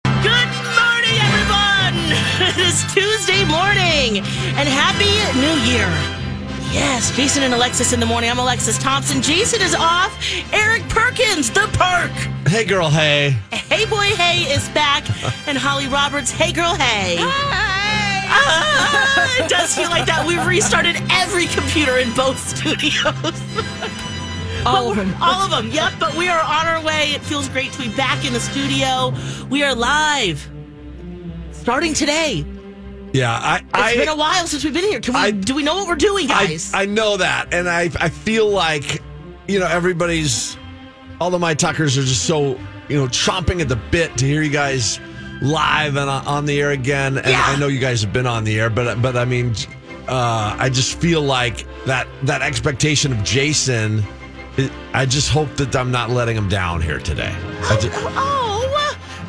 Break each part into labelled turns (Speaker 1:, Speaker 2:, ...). Speaker 1: this Tuesday morning. And happy new year. Yes, Jason and Alexis in the morning. I'm Alexis Thompson. Jason is off. Eric Perkins, the perk.
Speaker 2: Hey, girl, hey.
Speaker 1: Hey Boy Hey is back. And Holly Roberts, Hey Girl Hey. Ah, it does feel like that. We've restarted every computer in both studios.
Speaker 3: All of them.
Speaker 1: All of them. Yep. But we are on our way. It feels great to be back in the studio. We are live. Starting today. It's
Speaker 2: Yeah, I. I,
Speaker 1: been a while since we've been here. Can we,
Speaker 2: I-
Speaker 1: do we know what we're doing,
Speaker 2: I,
Speaker 1: guys?
Speaker 2: I know that, and I I feel like, you know, everybody's, all the my tuckers are just so you know chomping at the bit to hear you guys live and uh, on- on the air again. And
Speaker 1: Yeah.
Speaker 2: I know you guys have been on the air, but but I mean, uh, I just feel like that that expectation of Jason. it- I just hope that I'm not letting him down here today. I ju-
Speaker 1: oh,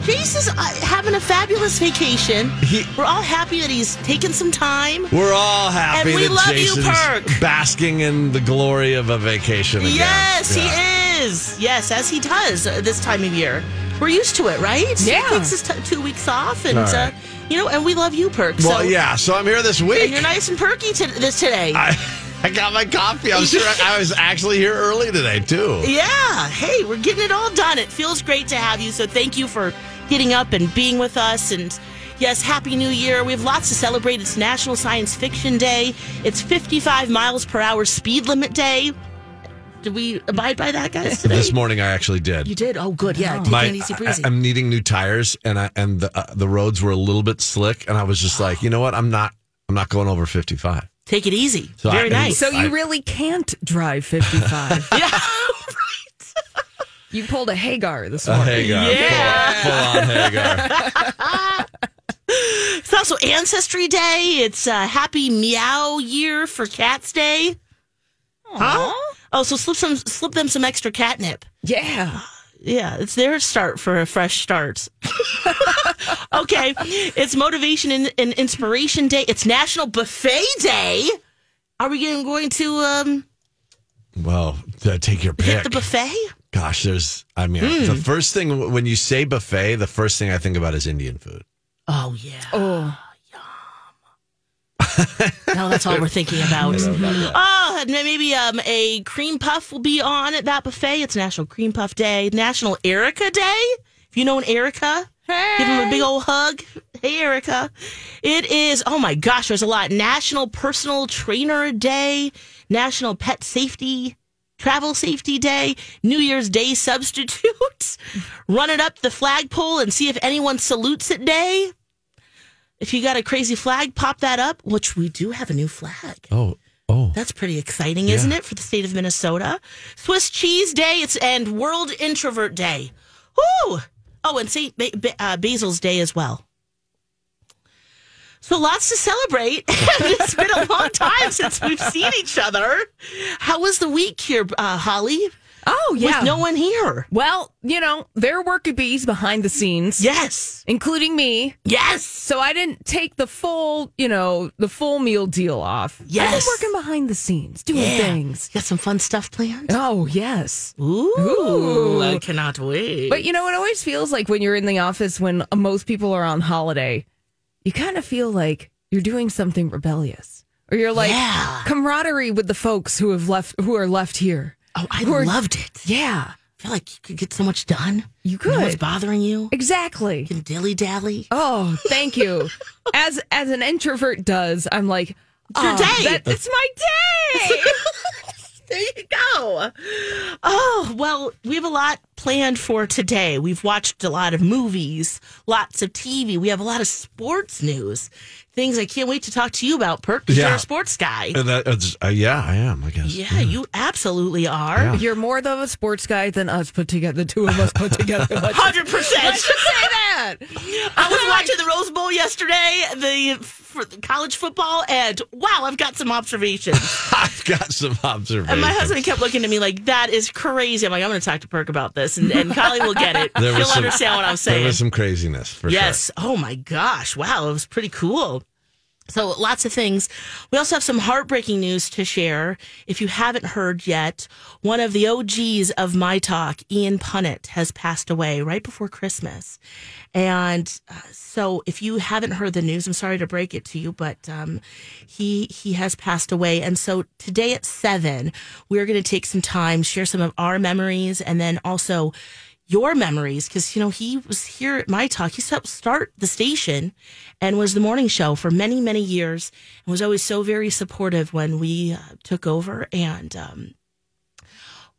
Speaker 1: Jason's uh, having a fabulous vacation.
Speaker 2: He-
Speaker 1: We're all happy that he's taking some time.
Speaker 2: We're all happy
Speaker 1: And we
Speaker 2: that
Speaker 1: love you,
Speaker 2: Jason's
Speaker 1: Perk.
Speaker 2: basking in the glory of a vacation again.
Speaker 1: Yes,
Speaker 2: Yeah.
Speaker 1: he is. Yes, as he does uh, this time of year. We're used to it, right?
Speaker 3: Yeah.
Speaker 1: He takes his t- two weeks off, and
Speaker 2: All right.
Speaker 1: uh, you know, and we love you, Perk.
Speaker 2: Well,
Speaker 1: so,
Speaker 2: yeah. So I'm here this week.
Speaker 1: And you're nice and perky to- this today.
Speaker 2: I, I got my coffee. I'm sure I, I was actually here early today too.
Speaker 1: yeah. Hey, we're getting it all done. It feels great to have you. So thank you for getting up and being with us. And yes, Happy New Year. We have lots to celebrate. It's National Science Fiction Day. It's 55 miles per hour speed limit day. Did we abide by that, guys? Today?
Speaker 2: This morning I actually did.
Speaker 1: you did. Oh, good. Yeah. Take
Speaker 2: My-
Speaker 1: it easy breezy.
Speaker 2: I, am needing new tires, and I and the uh, the roads were a little bit slick, and I was just like, you know what? I'm not I'm not going over 55.
Speaker 1: Take it easy.
Speaker 2: So
Speaker 1: Very
Speaker 2: I-
Speaker 1: nice.
Speaker 3: So
Speaker 2: I-
Speaker 3: you really can't drive 55.
Speaker 1: yeah.
Speaker 3: you pulled a Hagar this
Speaker 2: A
Speaker 3: morning.
Speaker 2: Hagar,
Speaker 1: Yeah.
Speaker 2: full, full on Hagar.
Speaker 1: It's also Ancestry Day. It's uh, Happy Meow Year for Cats Day. Huh? Oh, so slip some slip them some extra catnip.
Speaker 3: Yeah.
Speaker 1: Yeah, it's their start for a fresh start. okay, it's Motivation and, and Inspiration Day. It's National Buffet Day. Are we getting, going to um,
Speaker 2: Well, uh, take your
Speaker 1: hit
Speaker 2: pick.
Speaker 1: the buffet?
Speaker 2: Gosh, there's. I mean,
Speaker 1: Hmm.
Speaker 2: the first thing when you say buffet, the first thing I think about is Indian food.
Speaker 1: Oh yeah.
Speaker 3: Oh.
Speaker 1: No, that's all we're thinking about. Oh, and then maybe um, a cream puff will be on at that buffet. It's National Cream Puff Day, National Erica Day. If you know an Erica, give him a big old hug. Hey, Erica. It is, oh my gosh, there's a lot. National Personal Trainer Day, National Pet Safety, Travel Safety Day, New Year's Day Substitute, Run It Up the Flagpole and See If Anyone Salutes It Day. If you got a crazy flag, pop that up, which we do have a new flag.
Speaker 2: Oh, oh,
Speaker 1: That's pretty exciting, isn't it, for the state of Minnesota? Swiss Cheese Day it's, and World Introvert Day. Woo! Oh, and St. Ba- Ba- uh, Basil's Day as well. So lots to celebrate. it's been a long time since we've seen each other. How was the week here, uh, Holly?
Speaker 3: Oh, yeah.
Speaker 1: With no one here.
Speaker 3: well, you know, there were bees behind the scenes,
Speaker 1: Yes.
Speaker 3: including me.
Speaker 1: Yes.
Speaker 3: So I didn't take the full, you know, the full meal deal off. I've been
Speaker 1: Yes.
Speaker 3: working behind the scenes, doing things.
Speaker 1: Got some fun stuff planned?
Speaker 3: Oh, yes.
Speaker 1: Ooh,
Speaker 3: Ooh.
Speaker 1: I cannot wait.
Speaker 3: But you know, it always feels like when you're in the office when most people are on holiday, you kind of feel like you're doing something rebellious. Or you're like
Speaker 1: Yeah.
Speaker 3: camaraderie with the folks who have left who are left here.
Speaker 1: Oh, I
Speaker 3: We're-
Speaker 1: loved it.
Speaker 3: Yeah.
Speaker 1: I feel like you could get so much done.
Speaker 3: You
Speaker 1: No one's
Speaker 3: could.
Speaker 1: bothering you.
Speaker 3: Exactly.
Speaker 1: You can dilly dally.
Speaker 3: Oh, thank you. as as an introvert does, I'm like
Speaker 1: your
Speaker 3: oh,
Speaker 1: day.
Speaker 3: that- it's my day.
Speaker 1: There you go. Oh, well, we have a lot planned for today. We've watched a lot of movies, lots of TV. We have a lot of sports news. Things I can't wait to talk to you about, Perk, 'cause you're
Speaker 2: Yeah.
Speaker 1: a sports guy.
Speaker 2: And that- that's- uh, yeah, I am. I guess.
Speaker 1: Yeah, you absolutely are.
Speaker 2: Yeah.
Speaker 3: You're more of a sports guy than us put together. The two of us put together. Let's just
Speaker 1: 100%.
Speaker 3: say that.
Speaker 1: I was watching the Rose Bowl yesterday, the f- college football, and wow, I've got some observations.
Speaker 2: I've got some observations.
Speaker 1: And my husband kept looking at me like, that is crazy. I'm like, I'm going to talk to Perk about this, and, and Collie will get it.
Speaker 2: There was
Speaker 1: She'll
Speaker 2: some-
Speaker 1: understand what I'm
Speaker 2: There
Speaker 1: saying.
Speaker 2: was some craziness for
Speaker 1: yes. Oh my gosh. Wow. It was pretty cool. So lots of things. We also have some heartbreaking news to share. If you haven't heard yet, one of the OGs of my talk, Ian Punnett, has passed away right before Christmas. And uh, so if you haven't heard the news, I'm sorry to break it to you, but um, he he has passed away. And so today at seven, we're going to take some time, share some of our memories, and then also your memories because you know he was here at my talk he helped start the station and was the morning show for many many years and was always so very supportive when we uh, took over and um,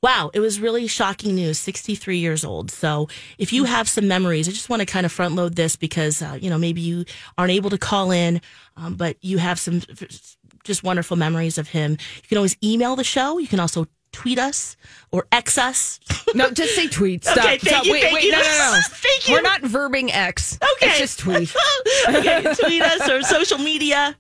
Speaker 1: wow it was really shocking news 63 years old so if you have some memories i just want to kind of front load this because uh, you know maybe you aren't able to call in um, but you have some f- just wonderful memories of him you can always email the show you can also tweet us or x us
Speaker 3: No, just say tweet. Stop.
Speaker 1: Okay, thank
Speaker 3: Stop.
Speaker 1: you,
Speaker 3: wait,
Speaker 1: thank
Speaker 3: wait,
Speaker 1: you.
Speaker 3: no, no, no.
Speaker 1: Thank you.
Speaker 3: We're not verbing X.
Speaker 1: Okay.
Speaker 3: It's just tweet.
Speaker 1: okay, tweet us or social media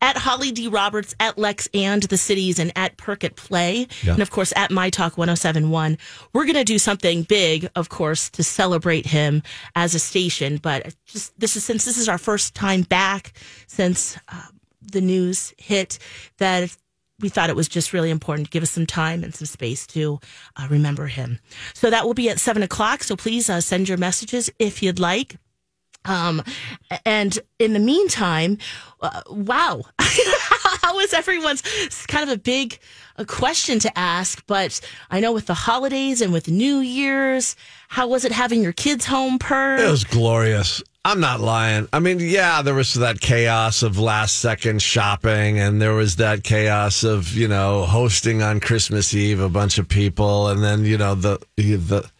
Speaker 1: at Holly D. Roberts, at Lex and the Cities, and at Perk at Play. And of course, at My Talk 1071. We're going to do something big, of course, to celebrate him as a station. But just this is since this is our first time back since uh, the news hit that we thought it was just really important to give us some time and some space to uh, remember him. So that will be at seven o'clock. So please uh, send your messages if you'd like. Um, and in the meantime, uh, wow, how is everyone's it's kind of a big a question to ask? But I know with the holidays and with New Year's, how was it having your kids home? Per
Speaker 2: It was glorious. I'm not lying. I mean, yeah, there was that chaos of last second shopping, and there was that chaos of you know hosting on Christmas Eve a bunch of people, and then you know the the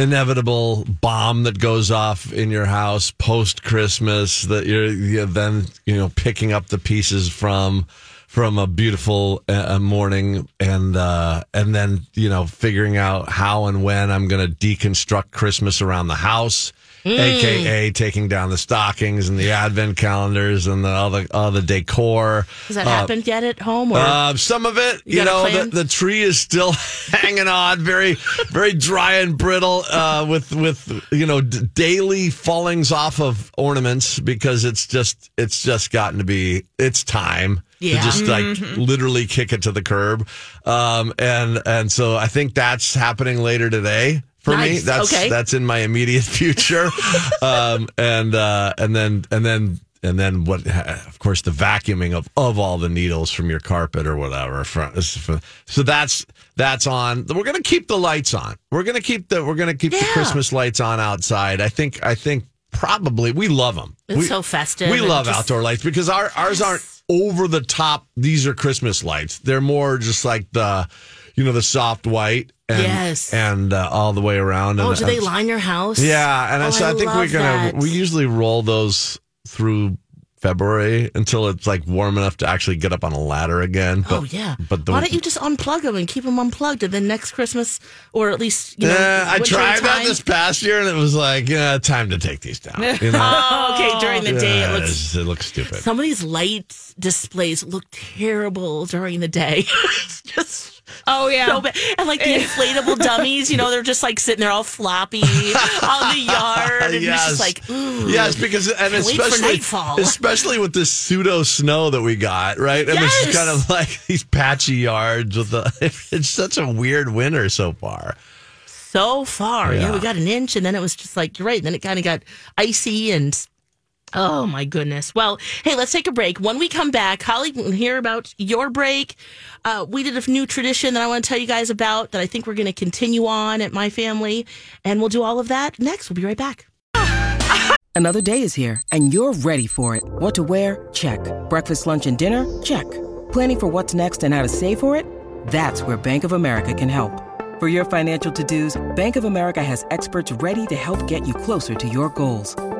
Speaker 2: inevitable bomb that goes off in your house post Christmas that you're, you're then you know picking up the pieces from from a beautiful uh, morning and uh, and then you know figuring out how and when I'm going to deconstruct Christmas around the house, aka taking down the stockings and the advent calendars and the all the all the decor.
Speaker 1: Has that happened yet at home? Or
Speaker 2: Uh, some of it, you,
Speaker 1: got a
Speaker 2: know,
Speaker 1: plan?
Speaker 2: the, the tree is still hanging on, very, very dry and brittle, uh, with with you know d- daily fallings off of ornaments because it's just it's just gotten to be it's time
Speaker 1: Yeah. Mm-hmm.
Speaker 2: to just like literally kick it to the curb, um, and and so I think that's happening later today. For me,
Speaker 1: Nice.
Speaker 2: that's
Speaker 1: Okay.
Speaker 2: that's in my immediate future, um, and uh, and then and then and then what? Of course, the vacuuming of of all the needles from your carpet or whatever. From, so that's that's on. We're gonna keep the lights on. We're gonna keep the we're gonna keep the
Speaker 1: Yeah.
Speaker 2: Christmas lights on outside. I think I think probably we love them.
Speaker 1: It's
Speaker 2: we,
Speaker 1: so festive
Speaker 2: We
Speaker 1: and
Speaker 2: love
Speaker 1: just-
Speaker 2: outdoor lights because our ours aren't over the top. These are Christmas lights. They're more just like the you know the soft white. And,
Speaker 1: Yes.
Speaker 2: and uh, all the way around.
Speaker 1: oh,
Speaker 2: and,
Speaker 1: do they
Speaker 2: and-
Speaker 1: line your house?
Speaker 2: yeah, and I
Speaker 1: Oh,
Speaker 2: so I, think we're
Speaker 1: love
Speaker 2: gonna
Speaker 1: that.
Speaker 2: we usually roll those through February until it's like warm enough to actually get up on a ladder again. But,
Speaker 1: Oh yeah,
Speaker 2: but the,
Speaker 1: why don't you just unplug them and keep them unplugged, and then next Christmas, or at least you know,
Speaker 2: Eh, I
Speaker 1: winter
Speaker 2: tried that
Speaker 1: time-
Speaker 2: this past year, and it was like, yeah, time to take these down. You know?
Speaker 1: Oh, okay, during the day it
Speaker 2: Yeah,
Speaker 1: looks
Speaker 2: it's- it looks stupid.
Speaker 1: Some of these light displays look terrible during the day. it's just
Speaker 3: Oh, yeah.
Speaker 1: so bad. And like
Speaker 2: Eh.
Speaker 1: the inflatable dummies, you know, they're just like sitting there all floppy on the yard. And you're just like, ooh.
Speaker 2: yes, because and
Speaker 1: Can't wait for
Speaker 2: especially
Speaker 1: nightfall.
Speaker 2: especially with this pseudo snow that we got, right? And it's
Speaker 1: Yes.
Speaker 2: kind of like these patchy yards with the. It's such a weird winter so far.
Speaker 1: So far. Yeah.
Speaker 2: Yeah.
Speaker 1: we got an inch and then it was just like, you're right. Then it kind of got icy and oh my goodness. Well, hey, let's take a break. When we come back, Holly will hear about your break. Uh, we did a new tradition that I want to tell you guys about that I think we're going to continue on at my family. And we'll do all of that next. We'll be right back.
Speaker 4: Another day is here, and you're ready for it. What to wear? Check. Breakfast, lunch, and dinner? Check. Planning for what's next and how to save for it? That's where Bank of America can help. For your financial to-dos, Bank of America has experts ready to help get you closer to your goals.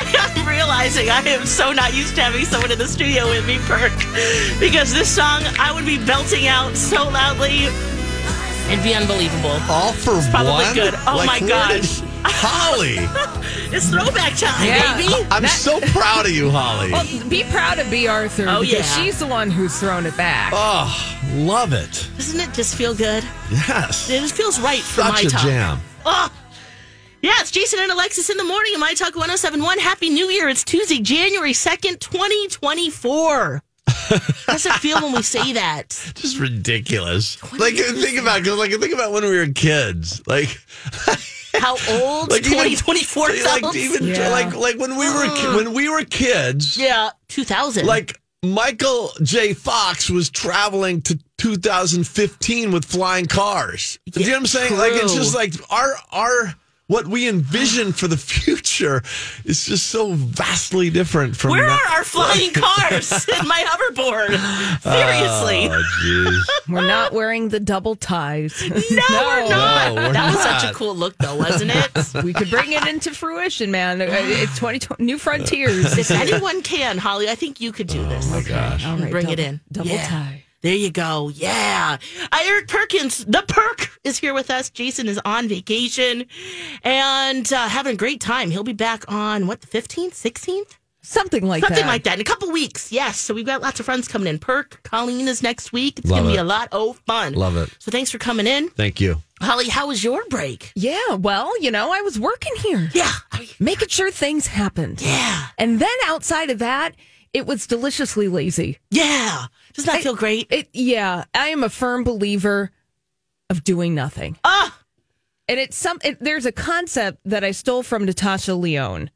Speaker 1: I'm realizing I am so not used to having someone in the studio with me perk because this song I would be belting out so loudly. It'd be unbelievable.
Speaker 2: All for
Speaker 1: probably
Speaker 2: one.
Speaker 1: good. Oh
Speaker 2: Like,
Speaker 1: my
Speaker 2: where
Speaker 1: gosh.
Speaker 2: did- Holly,
Speaker 1: It's throwback time,
Speaker 3: Yeah.
Speaker 1: baby.
Speaker 2: I'm so proud of you, Holly.
Speaker 3: Well, be proud of B. Arthur
Speaker 1: Oh,
Speaker 3: because
Speaker 1: yeah.
Speaker 3: she's the one who's thrown it back.
Speaker 2: Oh, love it.
Speaker 1: Doesn't it just feel good?
Speaker 2: Yes.
Speaker 1: It just feels right for my
Speaker 2: Such a
Speaker 1: talk.
Speaker 2: jam.
Speaker 1: Oh. Yeah, it's Jason and Alexis in the morning on My Talk 1071. Happy New Year. It's Tuesday, January 2nd, 2024. How does it feel when we say that?
Speaker 2: Just ridiculous. Like think about 'cause, like think about when we were kids. Like
Speaker 1: How old
Speaker 2: like even-
Speaker 1: 2024 sounds?
Speaker 2: like even
Speaker 3: Yeah.
Speaker 2: like like when we were
Speaker 1: Mm.
Speaker 2: ki- when we were kids.
Speaker 1: yeah, 2000.
Speaker 2: Like Michael J. Fox was traveling to 2015 with flying cars. Do you know what I'm saying? Like it's
Speaker 1: true.
Speaker 2: just like our our what we envision for the future is just so vastly different from
Speaker 1: Where
Speaker 2: that-
Speaker 1: are our flying cars and my hoverboard?
Speaker 2: Uh,
Speaker 1: Seriously.
Speaker 2: Oh, jeez.
Speaker 3: We're not wearing the double ties. No,
Speaker 1: we're not.
Speaker 2: No, we're
Speaker 1: that was such a
Speaker 2: not.
Speaker 1: cool look, though, wasn't it?
Speaker 3: We could bring it into fruition, man. Uh, It's 2020, new frontiers.
Speaker 1: if anyone can, Holly, I think you could
Speaker 2: Oh,
Speaker 1: do this.
Speaker 3: All right,
Speaker 1: Bring it
Speaker 3: double-
Speaker 1: in.
Speaker 3: Double
Speaker 1: Yeah.
Speaker 3: tie.
Speaker 1: There you go. Yeah. Uh, Eric Perkins, the perk, is here with us. Jason is on vacation and uh, having a great time. He'll be back on, what, the 15th, 16th?
Speaker 3: Something like
Speaker 1: Something
Speaker 3: that.
Speaker 1: like that in a couple weeks. Yes. So we've got lots of friends coming in. Perk, Colleen is next week. It's
Speaker 2: Love
Speaker 1: going to be
Speaker 2: it.
Speaker 1: a lot of fun.
Speaker 2: Love it.
Speaker 1: So thanks for coming in.
Speaker 2: Thank you.
Speaker 1: Holly, how was your break?
Speaker 3: Yeah, well, you know, I was working here,
Speaker 1: Yeah.
Speaker 3: making sure things happened.
Speaker 1: Yeah.
Speaker 3: And then outside of that, it was deliciously lazy.
Speaker 1: Yeah. Doesn't that feel great?
Speaker 3: It, yeah, I am a firm believer of doing nothing.
Speaker 1: Ah.
Speaker 3: And it's some it, there's a concept that I stole from Natasha Leone.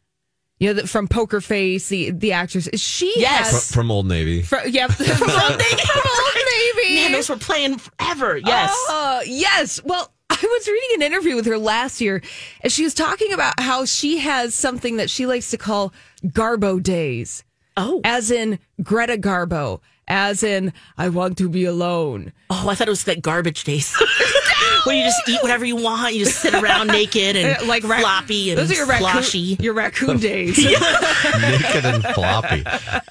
Speaker 3: You know, that from Poker Face, the the actress. She
Speaker 1: Yes.
Speaker 2: Fr-
Speaker 3: has
Speaker 2: from Old Navy.
Speaker 3: fr- yeah, from, from Old Navy.
Speaker 1: Ah. Man, those were playing forever. Yes.
Speaker 3: Oh, yes. Well, I was reading an interview with her last year, and she was talking about how she has something that she likes to call Garbo days,
Speaker 1: Oh.
Speaker 3: as in Greta Garbo, as in I want to be alone.
Speaker 1: Oh, I thought it was like garbage days. Where you just eat whatever you want, you just sit around naked and like
Speaker 3: rac-
Speaker 1: floppy and
Speaker 3: those are your
Speaker 1: sloshy.
Speaker 3: raccoon, your raccoon days.
Speaker 2: naked and floppy.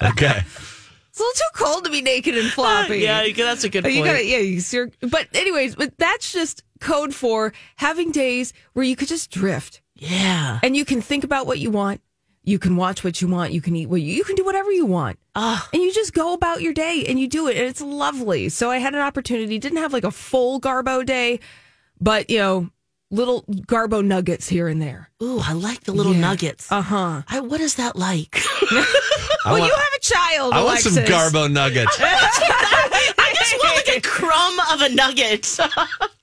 Speaker 2: Okay.
Speaker 3: It's a little too cold to be naked and floppy.
Speaker 1: Uh, Ah, yeah, you- that's a good
Speaker 3: But
Speaker 1: point.
Speaker 3: You gotta, yeah, you see your- but anyways, but that's just code for having days where you could just drift
Speaker 1: yeah.
Speaker 3: and you can think about what you want. You can watch what you want. You can eat what you, you can do whatever you want.
Speaker 1: Ah.
Speaker 3: And you just go about your day and you do it. And it's lovely. So I had an opportunity, didn't have like a full Garbo day, but you know, little Garbo nuggets here and there.
Speaker 1: Ooh, I like the little
Speaker 3: Yeah.
Speaker 1: nuggets.
Speaker 3: Uh huh.
Speaker 1: I, what is that like?
Speaker 2: I
Speaker 3: Well,
Speaker 2: want,
Speaker 3: you have a child.
Speaker 2: I want some
Speaker 3: Alexis.
Speaker 2: Garbo nuggets.
Speaker 1: I just want like a crumb of a nugget.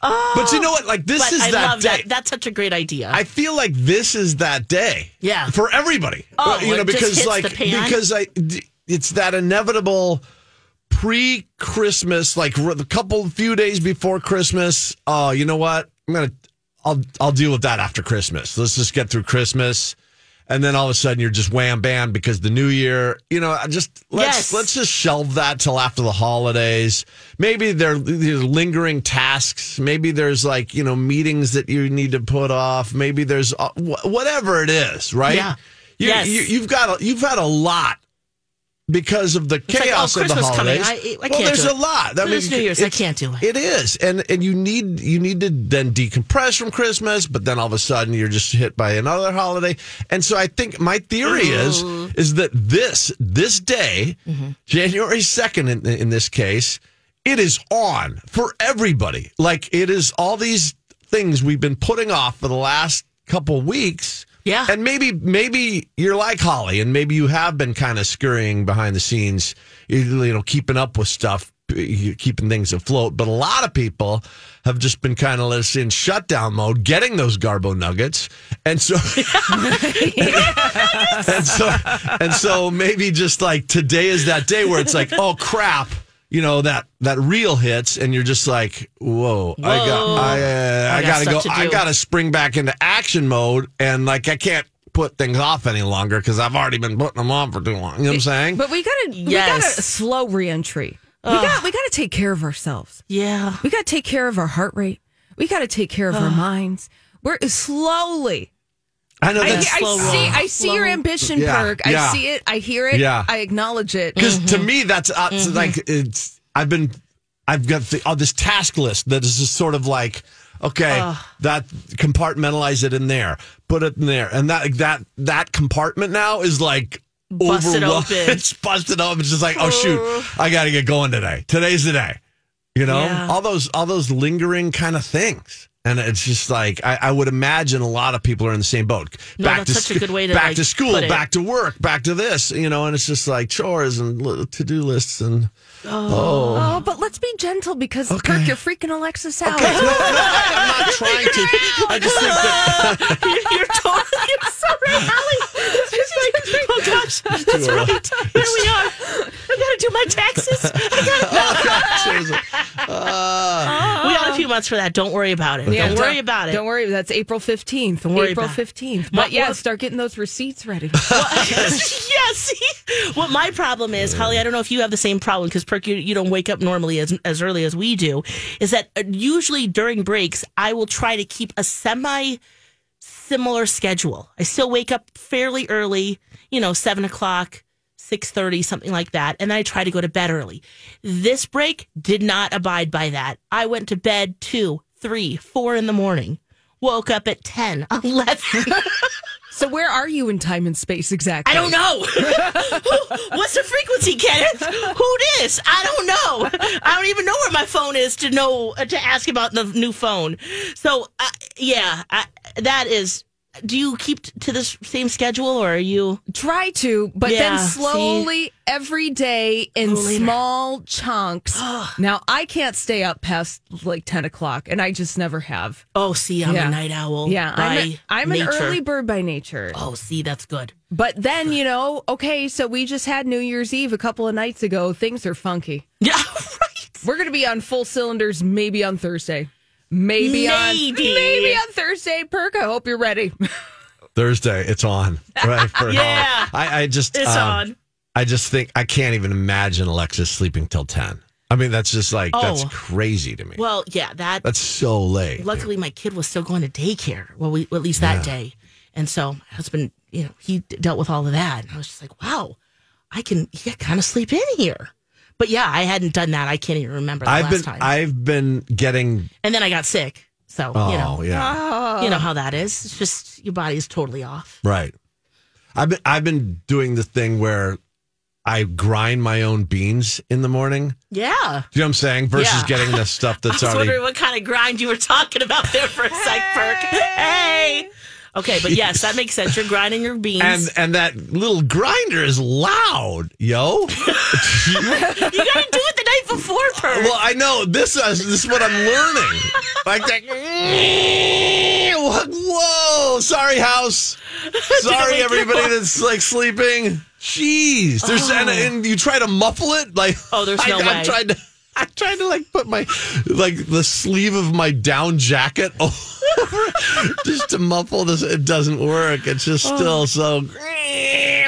Speaker 2: But you know what? Like this
Speaker 1: but
Speaker 2: is
Speaker 1: I
Speaker 2: that
Speaker 1: love
Speaker 2: day.
Speaker 1: that. That's such a great idea.
Speaker 2: I feel like this is that day.
Speaker 1: Yeah.
Speaker 2: For everybody.
Speaker 1: Oh,
Speaker 2: you know
Speaker 1: it just
Speaker 2: because
Speaker 1: hits
Speaker 2: like
Speaker 1: the pan.
Speaker 2: because I d- it's that inevitable pre-Christmas like r- the couple few days before Christmas. Oh, you know what? I'm going to I'll I'll deal with that after Christmas. Let's just get through Christmas. And then all of a sudden you're just wham bam because the new year, you know, I just let's
Speaker 1: Yes.
Speaker 2: let's just shelve that till after the holidays. Maybe there there's lingering tasks. Maybe there's like you know meetings that you need to put off. Maybe there's uh, wh- whatever it is, right?
Speaker 1: Yeah.
Speaker 2: You,
Speaker 1: Yes.
Speaker 2: you, you've got a, you've had a lot because of the
Speaker 1: like,
Speaker 2: chaos
Speaker 1: oh,
Speaker 2: of the
Speaker 1: Christmas coming.
Speaker 2: holidays.
Speaker 1: I- I- I
Speaker 2: well,
Speaker 1: can't
Speaker 2: there's
Speaker 1: do it.
Speaker 2: a lot. I
Speaker 1: Christmas, New Year's, I
Speaker 2: it's-
Speaker 1: can't do it.
Speaker 2: It is, and and you need you need to then decompress from Christmas, but then all of a sudden you're just hit by another holiday. And so I think my theory is is that this this day, January second in, in this case, it is on for everybody. Like it is all these things we've been putting off for the last couple weeks.
Speaker 1: Yeah.
Speaker 2: And maybe maybe you're like Holly, and maybe you have been kind of scurrying behind the scenes, you know, keeping up with stuff keeping things afloat. But a lot of people have just been kind of let us in shutdown mode, getting those Garbo nuggets, and so and so and so maybe just like today is that day where it's like, oh crap. You know that that reel hits, and you're just like, "Whoa! I
Speaker 1: Whoa.
Speaker 2: got, I, uh, I,
Speaker 1: I got
Speaker 2: gotta go.
Speaker 1: stuff to
Speaker 2: I
Speaker 1: do.
Speaker 2: gotta spring back into action mode, and like I can't put things off any longer because I've already been putting them on for too long. You know what I'm saying?
Speaker 3: But we gotta we gotta
Speaker 1: Yes.
Speaker 3: slow reentry. We got we gotta take care of ourselves.
Speaker 1: Yeah.
Speaker 3: We gotta take care of our heart rate. We gotta take care of our minds. We're slowly.
Speaker 2: I know
Speaker 3: I,
Speaker 2: that's
Speaker 3: I
Speaker 1: slow
Speaker 3: see.
Speaker 1: roll.
Speaker 3: I see your
Speaker 1: Slow.
Speaker 3: ambition
Speaker 2: Yeah,
Speaker 3: perk.
Speaker 2: yeah.
Speaker 3: I see it. I hear it.
Speaker 2: Yeah.
Speaker 3: I acknowledge it.
Speaker 2: because
Speaker 1: Mm-hmm.
Speaker 2: to me that's uh, it's like it's. I've been, I've got the, uh, this task list that is just sort of like, okay, that compartmentalize it in there, put it in there, and that that that compartment now is like.
Speaker 1: Busted
Speaker 2: overwhelmed.
Speaker 1: open.
Speaker 2: It's busted open. It's just like, oh shoot, I gotta get going today. Today's the day. You know?
Speaker 1: Yeah.
Speaker 2: All those all those lingering kind of things. And it's just like I, I would imagine a lot of people are in the same boat.
Speaker 1: No, that's such a
Speaker 2: sc-
Speaker 1: good way to,
Speaker 2: back
Speaker 1: like,
Speaker 2: to school,
Speaker 1: put it.
Speaker 2: back to work, back to this, you know, and it's just like chores and little to do lists and oh,
Speaker 3: Oh, but let's be gentle because
Speaker 2: Okay.
Speaker 3: Kirk, you're freaking Alexis out.
Speaker 2: No, no, I, I'm not trying to. I just think that
Speaker 1: You're totally you're so right, Allie. It's just like, oh gosh, that's
Speaker 2: early.
Speaker 1: right. Here we are. I gotta do my taxes. I gotta.
Speaker 2: oh, gosh, it was a- uh,
Speaker 1: We got a few months for that. Don't worry about it.
Speaker 3: Oh. Yeah,
Speaker 1: don't worry about it.
Speaker 3: Don't worry. That's April 15th.
Speaker 1: worry
Speaker 3: April
Speaker 1: about it.
Speaker 3: 15th.
Speaker 1: My-
Speaker 3: But yeah,
Speaker 1: what-
Speaker 3: start getting those receipts ready.
Speaker 1: yeah, see, what my problem is, Holly, I don't know if you have the same problem because Perk, you, you don't wake up normally as as early as we do. Is that uh, usually during breaks, I will try to keep a semi similar schedule. I still wake up fairly early, you know, seven o'clock. 6:30 something like that and I try to go to bed early. This break did not abide by that. I went to bed 2, 3, 4 in the morning. Woke up at 10, 11.
Speaker 3: so where are you in time and space
Speaker 1: I
Speaker 3: exactly?
Speaker 1: don't know. Who, what's the frequency, Kenneth? Who this? I don't know. I don't even know where my phone is to know uh, to ask about the new phone. So, uh, yeah, I, that is. Do you keep t- to this same schedule, or are you?
Speaker 3: Try to, but
Speaker 1: Yeah,
Speaker 3: then slowly every day in small chunks. now I can't stay up past like 10 o'clock, and I just never have.
Speaker 1: Oh, see, I'm
Speaker 3: Yeah.
Speaker 1: a night owl.
Speaker 3: Yeah,
Speaker 1: Oh, by
Speaker 3: I'm, a, I'm an
Speaker 1: nature.
Speaker 3: early bird by nature.
Speaker 1: Oh, see, that's good.
Speaker 3: But then, you know, okay, so we just had New Year's Eve a couple of nights ago. Things are funky.
Speaker 1: Yeah, right.
Speaker 3: We're going to be on full cylinders maybe on Thursday. Maybe, on
Speaker 1: Maybe.
Speaker 3: maybe on Thursday, Perk. I hope you're ready.
Speaker 2: Thursday, it's on. Right? For
Speaker 1: Yeah.
Speaker 2: all- I, I just
Speaker 1: It's
Speaker 2: um,
Speaker 1: on.
Speaker 2: I just think I can't even imagine Alexis sleeping till ten. I mean, that's just like that's
Speaker 1: Oh.
Speaker 2: crazy to me.
Speaker 1: Well, yeah, that
Speaker 2: that's so late.
Speaker 1: luckily my kid was still going to daycare well we at least that day and so my husband you know he d- dealt with all of that and i was just like wow i can yeah kind of sleep in here but yeah i hadn't done that i can't even remember the
Speaker 2: I've
Speaker 1: last
Speaker 2: been
Speaker 1: time
Speaker 2: I've been getting
Speaker 1: and then i got sick so
Speaker 2: oh
Speaker 1: you know
Speaker 2: yeah
Speaker 1: you know how that is it's just your body is totally off
Speaker 2: right. I've been I've been doing the thing where I grind my own beans in the morning.
Speaker 1: yeah
Speaker 2: Do you know what I'm saying? Versus
Speaker 1: Yeah.
Speaker 2: getting the stuff
Speaker 1: i
Speaker 2: that's
Speaker 1: was
Speaker 2: already
Speaker 1: wondering what kind of grind you were talking about there for a sec perk hey okay but yes that makes sense you're grinding your beans
Speaker 2: and and that little grinder is loud, yo.
Speaker 1: you gotta do it the night before perk
Speaker 2: Well, I know this is this is what I'm learning. Like that. Whoa! Sorry, house. Sorry,
Speaker 1: wake
Speaker 2: everybody
Speaker 1: you up.
Speaker 2: that's like sleeping. Jeez, there's and, and you try to muffle it like.
Speaker 1: Oh, there's no
Speaker 2: I,
Speaker 1: way.
Speaker 2: I'm trying to. I tried to like put my like the sleeve of my down jacket over just to muffle this. It doesn't work. It's just still so. Whoa!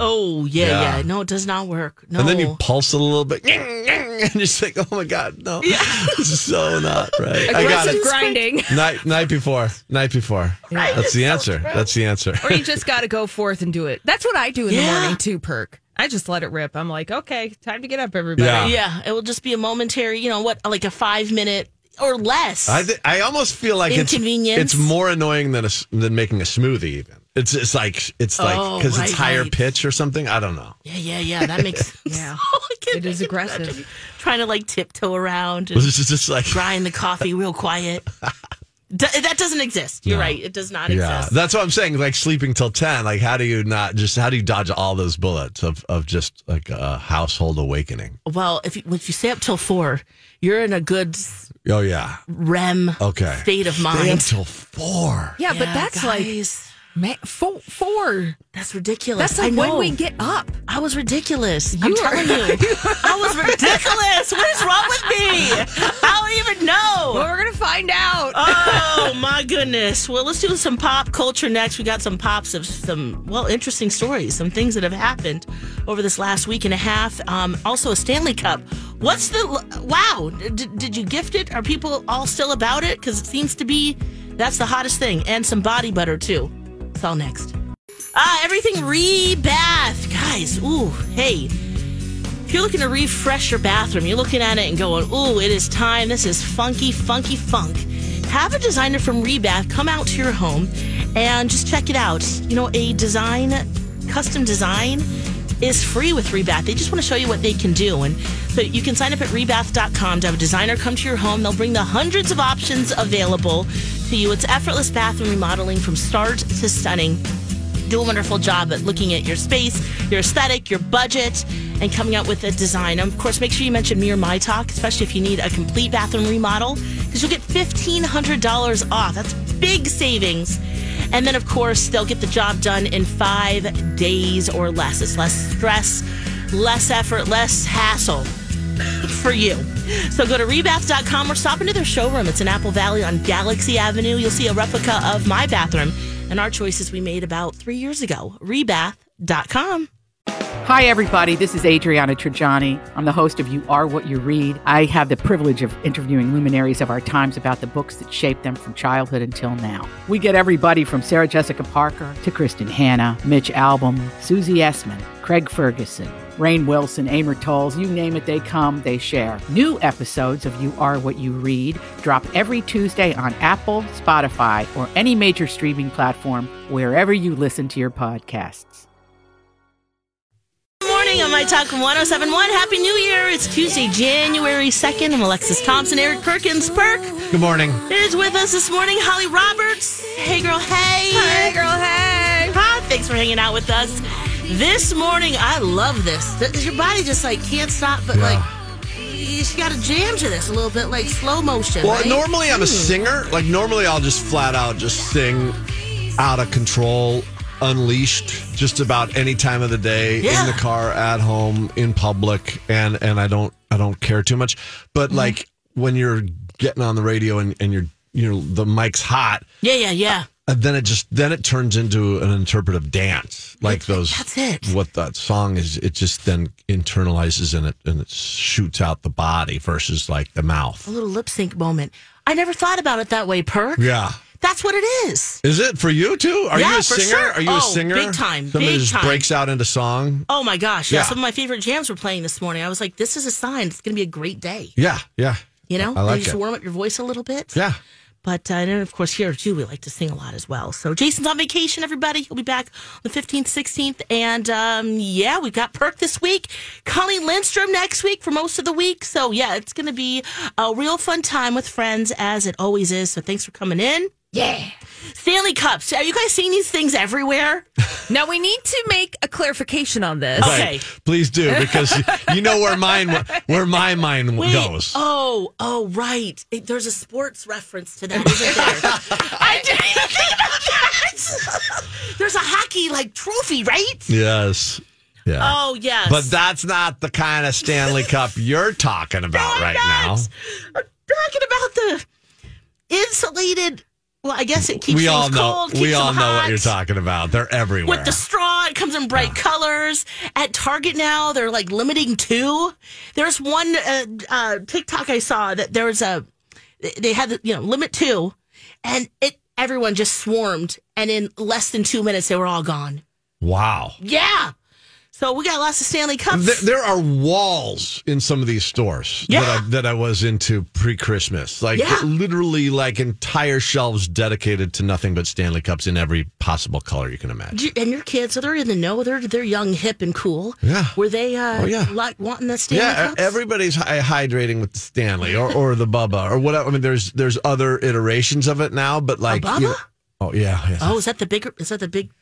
Speaker 1: Oh yeah, yeah,
Speaker 2: Yeah.
Speaker 1: No, it does not work. No.
Speaker 2: And then you pulse it a little bit, and you're just like, oh my god, no, this is so not right. I got
Speaker 3: Aggressive
Speaker 2: it.
Speaker 3: grinding.
Speaker 2: Night, night before, night before. That's the answer. That's the answer.
Speaker 3: or you just got to go forth and do it. That's what I do in
Speaker 1: Yeah.
Speaker 3: the morning too, Perk. I just let it rip. I'm like, okay, time to get up, everybody.
Speaker 2: Yeah.
Speaker 1: yeah, it will just be a momentary, you know, what like a five minute or less.
Speaker 2: I th- I almost feel like it's
Speaker 1: Inconvenience.
Speaker 2: it's more annoying than a s than making a smoothie. Even it's it's like it's like
Speaker 1: Oh,
Speaker 2: because
Speaker 1: right,
Speaker 2: it's higher
Speaker 1: right.
Speaker 2: pitch or something. I don't know.
Speaker 1: yeah, yeah, yeah. That makes sense.
Speaker 3: Yeah.
Speaker 1: I can't
Speaker 3: It is
Speaker 1: think of that.
Speaker 3: aggressive.
Speaker 1: Trying to like tiptoe around and
Speaker 2: This is just like
Speaker 1: grind the coffee real quiet. D- that doesn't exist. You're
Speaker 5: No.
Speaker 1: right. It does not
Speaker 2: Yeah,
Speaker 1: exist.
Speaker 2: that's what I'm saying. Like sleeping till ten. Like, how do you not just? How do you dodge all those bullets of of just like a household awakening?
Speaker 1: well, if you, if you stay up till four, you're in a good
Speaker 2: Oh yeah,
Speaker 1: REM
Speaker 2: okay.
Speaker 1: state of
Speaker 2: Stay up
Speaker 1: mind.
Speaker 2: till four.
Speaker 3: Yeah, but that's like
Speaker 1: guys,
Speaker 3: man, four, four.
Speaker 1: that's ridiculous.
Speaker 3: That's
Speaker 1: I
Speaker 3: like
Speaker 1: know.
Speaker 3: when we get up.
Speaker 1: I was ridiculous. I'm
Speaker 3: You are-
Speaker 1: telling you, I was ridiculous. What is wrong with me? I don't even know.
Speaker 3: Well, we're gonna find out.
Speaker 1: Oh my goodness. Well, let's do some pop culture next. We got some pops of some well interesting stories, some things that have happened over this last week and a half. Um, also, a Stanley Cup. What's the wow? Did, did you gift it? Are people all still about it? Because it seems to be that's the hottest thing, and some body butter too. It's all next. Ah, everything rebath, guys. Ooh, hey. If you're looking to refresh your bathroom, you're looking at it and going, ooh, it is time. This is funky, funky, funk. Have a designer from Rebath come out to your home and just check it out. You know, a design, custom design is free with Rebath. They just want to show you what they can do. And so you can sign up at rebath.com to have a designer come to your home. They'll bring the hundreds of options available to you. It's effortless bathroom remodeling from start to stunning do a wonderful job at looking at your space, your aesthetic, your budget, and coming out with a design. Of course, make sure you mention me or my talk, especially if you need a complete bathroom remodel, because you'll get $1,500 off. That's big savings. And then, of course, they'll get the job done in five days or less. It's less stress, less effort, less hassle for you. So go to rebath.com or stop into their showroom. It's in Apple Valley on Galaxy Avenue. You'll see a replica of my bathroom and our choices we made about three years ago. Rebath.com.
Speaker 6: Hi, everybody. This is Adriana Trajani. I'm the host of You Are What You Read. I have the privilege of interviewing luminaries of our times about the books that shaped them from childhood until now. We get everybody from Sarah Jessica Parker to Kristen Hanna, Mitch Albom, Susie Essman, Craig Ferguson, Rain Wilson, Amor Tolls, you name it, they come, they share. New episodes of You Are What You Read drop every Tuesday on Apple, Spotify, or any major streaming platform wherever you listen to your podcasts.
Speaker 1: Good morning on My Talk 1071. Happy New Year. It's Tuesday, January 2nd. I'm Alexis Thompson. Eric Perkins Perk
Speaker 2: Good morning.
Speaker 1: is with us this morning. Holly Roberts. Hey, girl. Hey.
Speaker 3: Hey, girl, hey.
Speaker 1: Hi, thanks for hanging out with us this morning. I love this. Th- Your body just like can't stop, but like you just got to jam to this a little bit, like slow motion.
Speaker 2: Well,
Speaker 1: right?
Speaker 2: normally I'm a singer. Like normally I'll just flat out just sing out of control, unleashed, just about any time of the day,
Speaker 1: Yeah.
Speaker 2: in the car, at home, in public, and and I don't I don't care too much. But
Speaker 1: Mm-hmm.
Speaker 2: like when you're getting on the radio and and you're you know the mic's hot,
Speaker 1: yeah, yeah, yeah.
Speaker 2: and then it just then it turns into an interpretive dance, like those.
Speaker 1: That's it.
Speaker 2: What that song is, it just then internalizes and it and it shoots out the body versus like the
Speaker 1: A
Speaker 2: mouth.
Speaker 1: little lip sync moment. I never thought about it that way, Perk.
Speaker 2: Yeah.
Speaker 1: That's what it is.
Speaker 2: Is it for you too? Are
Speaker 1: Yeah,
Speaker 2: you a
Speaker 1: for
Speaker 2: singer?
Speaker 1: sure.
Speaker 2: Are you a
Speaker 1: Oh,
Speaker 2: singer?
Speaker 1: big time,
Speaker 2: Somebody
Speaker 1: big
Speaker 2: just
Speaker 1: time.
Speaker 2: breaks out into song.
Speaker 1: Oh my gosh. Yeah.
Speaker 2: Yeah.
Speaker 1: Some of my favorite jams were playing this morning. I was like, this is a sign. It's going to be a great day.
Speaker 2: Yeah, yeah,
Speaker 1: You know?
Speaker 2: I like
Speaker 1: you just
Speaker 2: it.
Speaker 1: warm up your voice a little bit.
Speaker 2: yeah.
Speaker 1: But uh, and then, of course, here too, we like to sing a lot as well. So Jason's on vacation, everybody. He'll be back on the 15th, 16th. And um, yeah, we've got Perk this week, Colleen Lindstrom next week for most of the week. So yeah, it's going to be a real fun time with friends, as it always is. So thanks for coming in.
Speaker 3: Yeah.
Speaker 1: Stanley Cups. Are you guys seeing these things everywhere?
Speaker 3: Now we need to make a clarification on this.
Speaker 1: Okay.
Speaker 2: Right. please do because you know where mine where my mind goes.
Speaker 1: Oh, oh, right. It- there's a sports reference to that, isn't there? I didn't even think about that. there's a hockey like trophy, right?
Speaker 2: Yes, yeah.
Speaker 1: Oh yes.
Speaker 2: But that's not the kind of Stanley Cup you're talking about
Speaker 1: I'm
Speaker 2: right
Speaker 1: not.
Speaker 2: now.
Speaker 1: I'm talking about the insulated. Well, I guess it keeps
Speaker 2: we
Speaker 1: things
Speaker 2: all know.
Speaker 1: cold. keeps
Speaker 2: we all
Speaker 1: them
Speaker 2: know
Speaker 1: hot.
Speaker 2: what you're talking about. They're everywhere.
Speaker 1: With the straw, it comes in bright colors. At Target now, they're like limiting two. There's one uh, uh, TikTok I saw that there was a. They had the, you know limit two, and it everyone just swarmed, and in less than two minutes they were all gone.
Speaker 2: wow.
Speaker 1: Yeah. So we got lots of Stanley Cups.
Speaker 2: There, there are walls in some of these stores
Speaker 1: Yeah.
Speaker 2: that, I, that I was into pre Christmas. Like
Speaker 1: Yeah.
Speaker 2: literally, like entire shelves dedicated to nothing but Stanley Cups in every possible color you can imagine.
Speaker 1: Do you- and your kids, so they're in the know. They're they're young, hip, and cool.
Speaker 2: Yeah.
Speaker 1: Were they? Uh,
Speaker 2: Oh, yeah.
Speaker 1: Like wanting the Stanley
Speaker 2: Yeah, e-,
Speaker 1: Cups?
Speaker 2: everybody's hy- hydrating with the Stanley or, or the Bubba or whatever. I mean, there's there's other iterations of it now, but like
Speaker 1: Bubba?
Speaker 2: oh yeah, yeah.
Speaker 1: Oh, is that the bigger? Is that the big,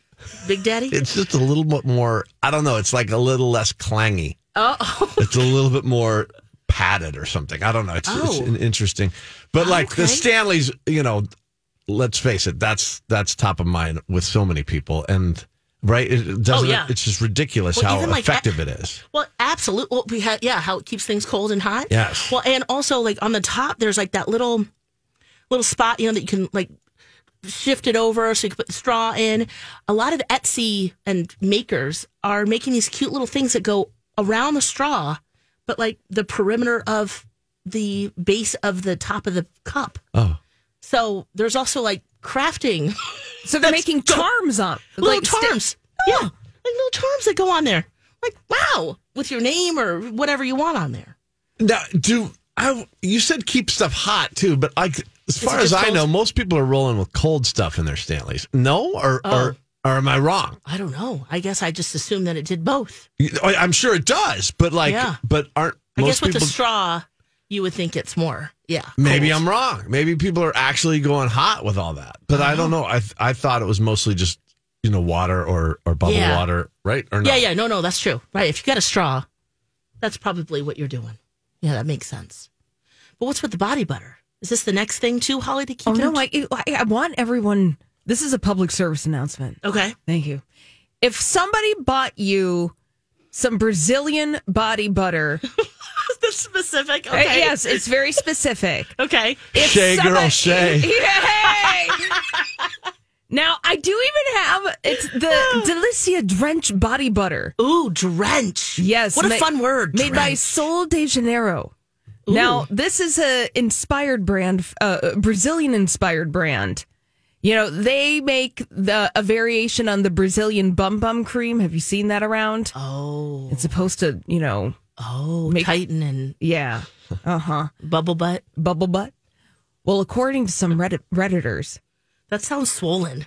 Speaker 1: Big Daddy?
Speaker 2: It's just a little bit more. I don't know. It's like a little less clangy. Oh, it's a little bit more padded or something. I don't know. It's, it's
Speaker 1: Oh.
Speaker 2: an interesting, but like the
Speaker 1: Okay.
Speaker 2: Stanleys, you know. Let's face it. That's that's top of mind with so many people, and right. It doesn't.
Speaker 1: yeah.
Speaker 2: It's just ridiculous
Speaker 1: Well,
Speaker 2: how
Speaker 1: even, like,
Speaker 2: effective it is.
Speaker 1: Well, absolutely. Well, we had yeah, how it keeps things cold and hot.
Speaker 2: Yes.
Speaker 1: Well, and also like on the top, there's like that little, little spot you know that you can like shift it over so you can put the straw in. A lot of Etsy and makers are making these cute little things that go around the straw, but like the perimeter of the base of the top of the cup.
Speaker 2: Oh.
Speaker 1: So there's also like crafting
Speaker 3: So they're making charms on
Speaker 1: little
Speaker 3: sta-
Speaker 1: charms. yeah, like little charms that go on there. Like wow, with your name or whatever you want on there.
Speaker 2: Now, do I? You said keep stuff hot too, but like as far
Speaker 1: it
Speaker 2: as
Speaker 1: just
Speaker 2: I
Speaker 1: cold?
Speaker 2: know, most people are rolling with cold stuff in their Stanleys. No, or or, or am I wrong?
Speaker 1: I don't know. I guess I just assumed that it did both.
Speaker 2: You- I- I'm sure it does, but like,
Speaker 1: Yeah.
Speaker 2: but aren't
Speaker 1: I
Speaker 2: most
Speaker 1: guess with
Speaker 2: people?
Speaker 1: the straw, you would think it's more. Yeah.
Speaker 2: maybe
Speaker 1: cold.
Speaker 2: I'm wrong. Maybe people are actually going hot with all that, but I don't
Speaker 1: Uh-huh.
Speaker 2: know. I th- I thought it was mostly just you know water or or bubble
Speaker 1: Yeah.
Speaker 2: water, right? Or no?
Speaker 1: Yeah, yeah. No, no, that's true. Right. If you got a straw, that's probably what you're doing. Yeah, that makes sense. But what's with the body butter? Is this the next thing too, Holly? To keep
Speaker 3: Oh
Speaker 1: it
Speaker 3: no, I, I I want everyone. This is a public service announcement.
Speaker 1: okay.
Speaker 3: Thank you. If somebody bought you some Brazilian body butter,
Speaker 1: This specific.
Speaker 3: right,
Speaker 1: Okay.
Speaker 3: Uh, yes, it's very specific.
Speaker 1: Okay.
Speaker 3: If
Speaker 2: Shay, girl,
Speaker 3: somebody-
Speaker 2: shay.
Speaker 3: Yay! now I do even have it's the Delicia Drench body butter
Speaker 1: Ooh, drench.
Speaker 3: Yes,
Speaker 1: What a
Speaker 3: ma-
Speaker 1: fun word.
Speaker 3: made by
Speaker 1: drench.
Speaker 3: Sol de Janeiro. Now this is a inspired brand, uh, Brazilian inspired brand. You know they make the a variation on the Brazilian bum bum cream. Have you seen that around?
Speaker 1: Oh,
Speaker 3: It's supposed to, you know,
Speaker 1: oh, Titan and
Speaker 3: yeah, uh huh,
Speaker 1: bubble butt.
Speaker 3: bubble butt. Well, according to some Reddit redditors,
Speaker 1: That sounds swollen.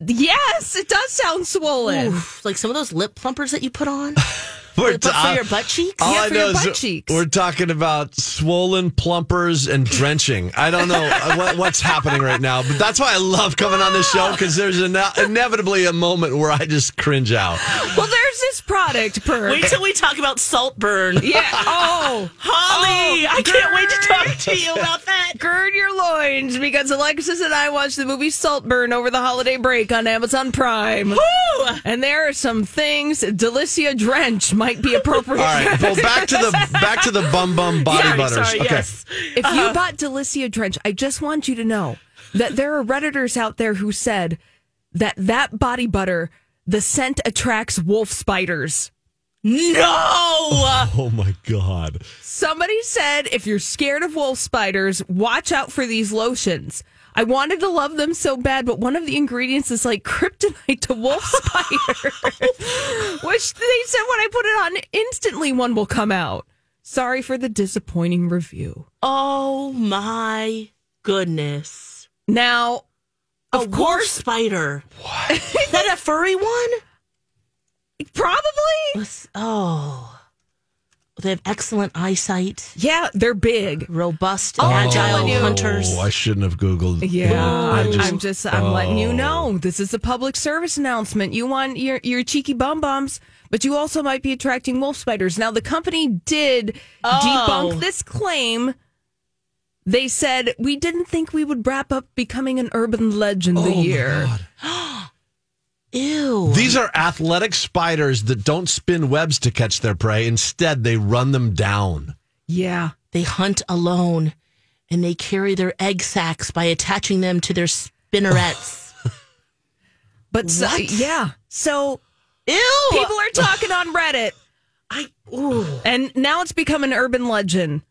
Speaker 3: yes, it does sound swollen.
Speaker 1: Oof, like some of those lip plumpers that you put on.
Speaker 2: We're
Speaker 1: but for
Speaker 2: ta-
Speaker 1: your butt cheeks?
Speaker 2: All
Speaker 3: Yeah,
Speaker 2: I
Speaker 3: for your
Speaker 2: know
Speaker 3: butt
Speaker 2: is
Speaker 3: cheeks.
Speaker 2: we're talking about swollen plumpers and drenching. I don't know uh, what, what's happening right now, but that's why I love coming on this show because there's ine- inevitably a moment where I just cringe out.
Speaker 3: Well, there's this product, per
Speaker 1: Wait till we talk about Saltburn.
Speaker 3: yeah. Oh,
Speaker 1: Holly,
Speaker 3: Oh,
Speaker 1: I can't wait to
Speaker 3: girl.
Speaker 1: talk to you about that.
Speaker 3: gird your loins because Alexis and I watched the movie Saltburn over the holiday break on Amazon Prime.
Speaker 1: Woo!
Speaker 3: And there are some things Delicia Drench might be appropriate.
Speaker 2: All right, well back to the back to the bum bum body
Speaker 1: Sorry,
Speaker 2: butters.
Speaker 1: sorry, yes.
Speaker 3: If you bought Delicia Drench, I just want you to know that there are redditors out there who said that that body butter, the scent attracts wolf spiders.
Speaker 1: No!
Speaker 2: Oh my god.
Speaker 3: Somebody said if you're scared of wolf spiders, watch out for these lotions. I wanted to love them so bad, but one of the ingredients is like kryptonite to wolf spiders, which they said when I put it on, instantly one will come out. Sorry for the disappointing review.
Speaker 1: Oh my goodness.
Speaker 3: Now,
Speaker 1: A
Speaker 3: of course,
Speaker 1: wolf spider. What? Is that a furry one?
Speaker 3: probably.
Speaker 1: Let's- Oh. They have excellent eyesight,
Speaker 3: Yeah, they're big.
Speaker 1: robust,
Speaker 3: I'm
Speaker 1: agile
Speaker 3: telling you.
Speaker 1: hunters.
Speaker 2: Oh, I shouldn't have googled.
Speaker 3: Yeah, I'm,
Speaker 2: I
Speaker 3: I'm just I'm letting you know this is a public service announcement. You want your your cheeky bum bums, but you also might be attracting wolf spiders. Now the company did
Speaker 1: Oh.
Speaker 3: debunk this claim. They said we didn't think we would wrap up becoming an urban legend
Speaker 1: Oh,
Speaker 3: the year.
Speaker 1: Ew.
Speaker 2: These are athletic spiders that don't spin webs to catch their prey. Instead, they run them down.
Speaker 3: Yeah.
Speaker 1: They hunt alone and they carry their egg sacs by attaching them to their spinnerets.
Speaker 3: But so, yeah. So
Speaker 1: Ew!
Speaker 3: people are talking on Reddit
Speaker 1: Oh. I, ooh.
Speaker 3: and now it's become an urban legend.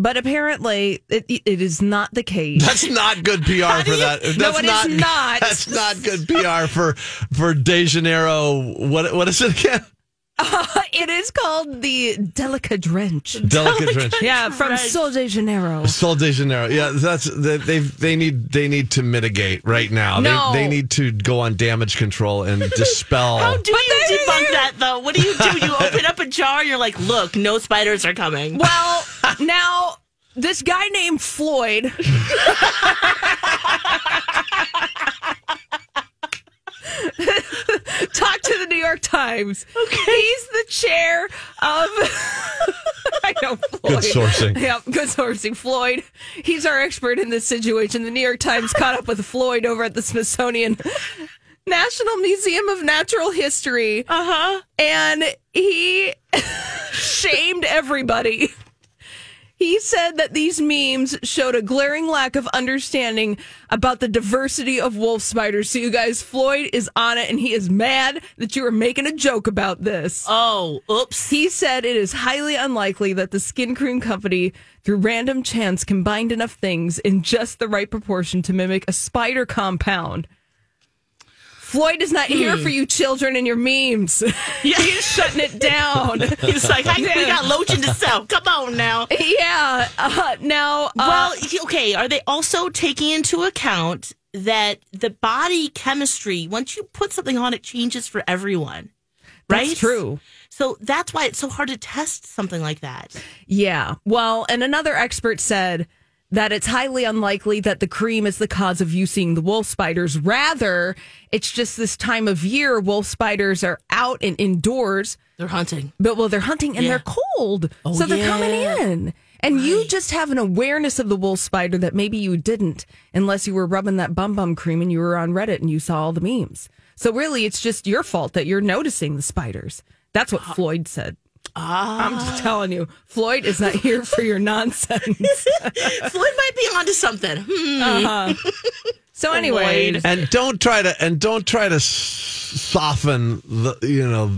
Speaker 3: But apparently it it is not the case.
Speaker 2: That's not good PR for that. That's
Speaker 3: No, it is not.
Speaker 2: That's not good PR for for De Janeiro. What what is it again?
Speaker 3: it is called the Delica Drench.
Speaker 2: Delicate Trench.
Speaker 3: Yeah, from Sol de Janeiro.
Speaker 2: Sol de Janeiro. Yeah, that's that they they need they need to mitigate right now.
Speaker 3: No.
Speaker 2: They they need to go on damage control and dispel.
Speaker 1: How do
Speaker 3: But
Speaker 1: you
Speaker 3: they're-
Speaker 1: debunk
Speaker 3: they're-
Speaker 1: that though? What do you do? You open up a jar and you're like, look, no spiders are coming.
Speaker 3: Well, now this guy named Floyd. Talk to the New York Times. Okay. He's the chair of. I know Floyd.
Speaker 2: sourcing.
Speaker 3: Yeah, good sourcing. Floyd. He's our expert in this situation. The New York Times caught up with Floyd over at the Smithsonian National Museum of Natural History
Speaker 1: Uh huh.
Speaker 3: and he shamed everybody. He said that these memes showed a glaring lack of understanding about the diversity of wolf spiders. So, you guys, Floyd is on it and he is mad that you are making a joke about this.
Speaker 1: Oh, oops.
Speaker 3: He said it is highly unlikely that the skin cream company, through random chance, combined enough things in just the right proportion to mimic a spider compound. Floyd is not here
Speaker 1: Hmm.
Speaker 3: for you children and your memes. He's shutting it down.
Speaker 1: He's like, I, we got lotion to sell. Come on now.
Speaker 3: yeah. Uh, now, uh,
Speaker 1: Well, he- okay. Are they also taking into account that the body chemistry, once you put something on, it changes for everyone? Right?
Speaker 3: that's true.
Speaker 1: So that's why it's so hard to test something like that.
Speaker 3: Yeah. Well, and another expert said that it's highly unlikely that the cream is the cause of you seeing the wolf spiders. Rather, it's just this time of year wolf spiders are out and indoors,
Speaker 1: They're hunting.
Speaker 3: but well, they're hunting and they're cold. so they're
Speaker 1: yeah.
Speaker 3: coming in. And you just have an awareness of the wolf spider that maybe you didn't unless you were rubbing that bum bum cream and you were on Reddit and you saw all the memes. So really, it's just your fault that you're noticing the spiders. That's what Floyd said. I'm just telling you, Floyd is not here for your nonsense.
Speaker 1: Floyd might be onto something. Hmm.
Speaker 3: So, anyway,
Speaker 2: and don't try to and don't try to s- soften the you know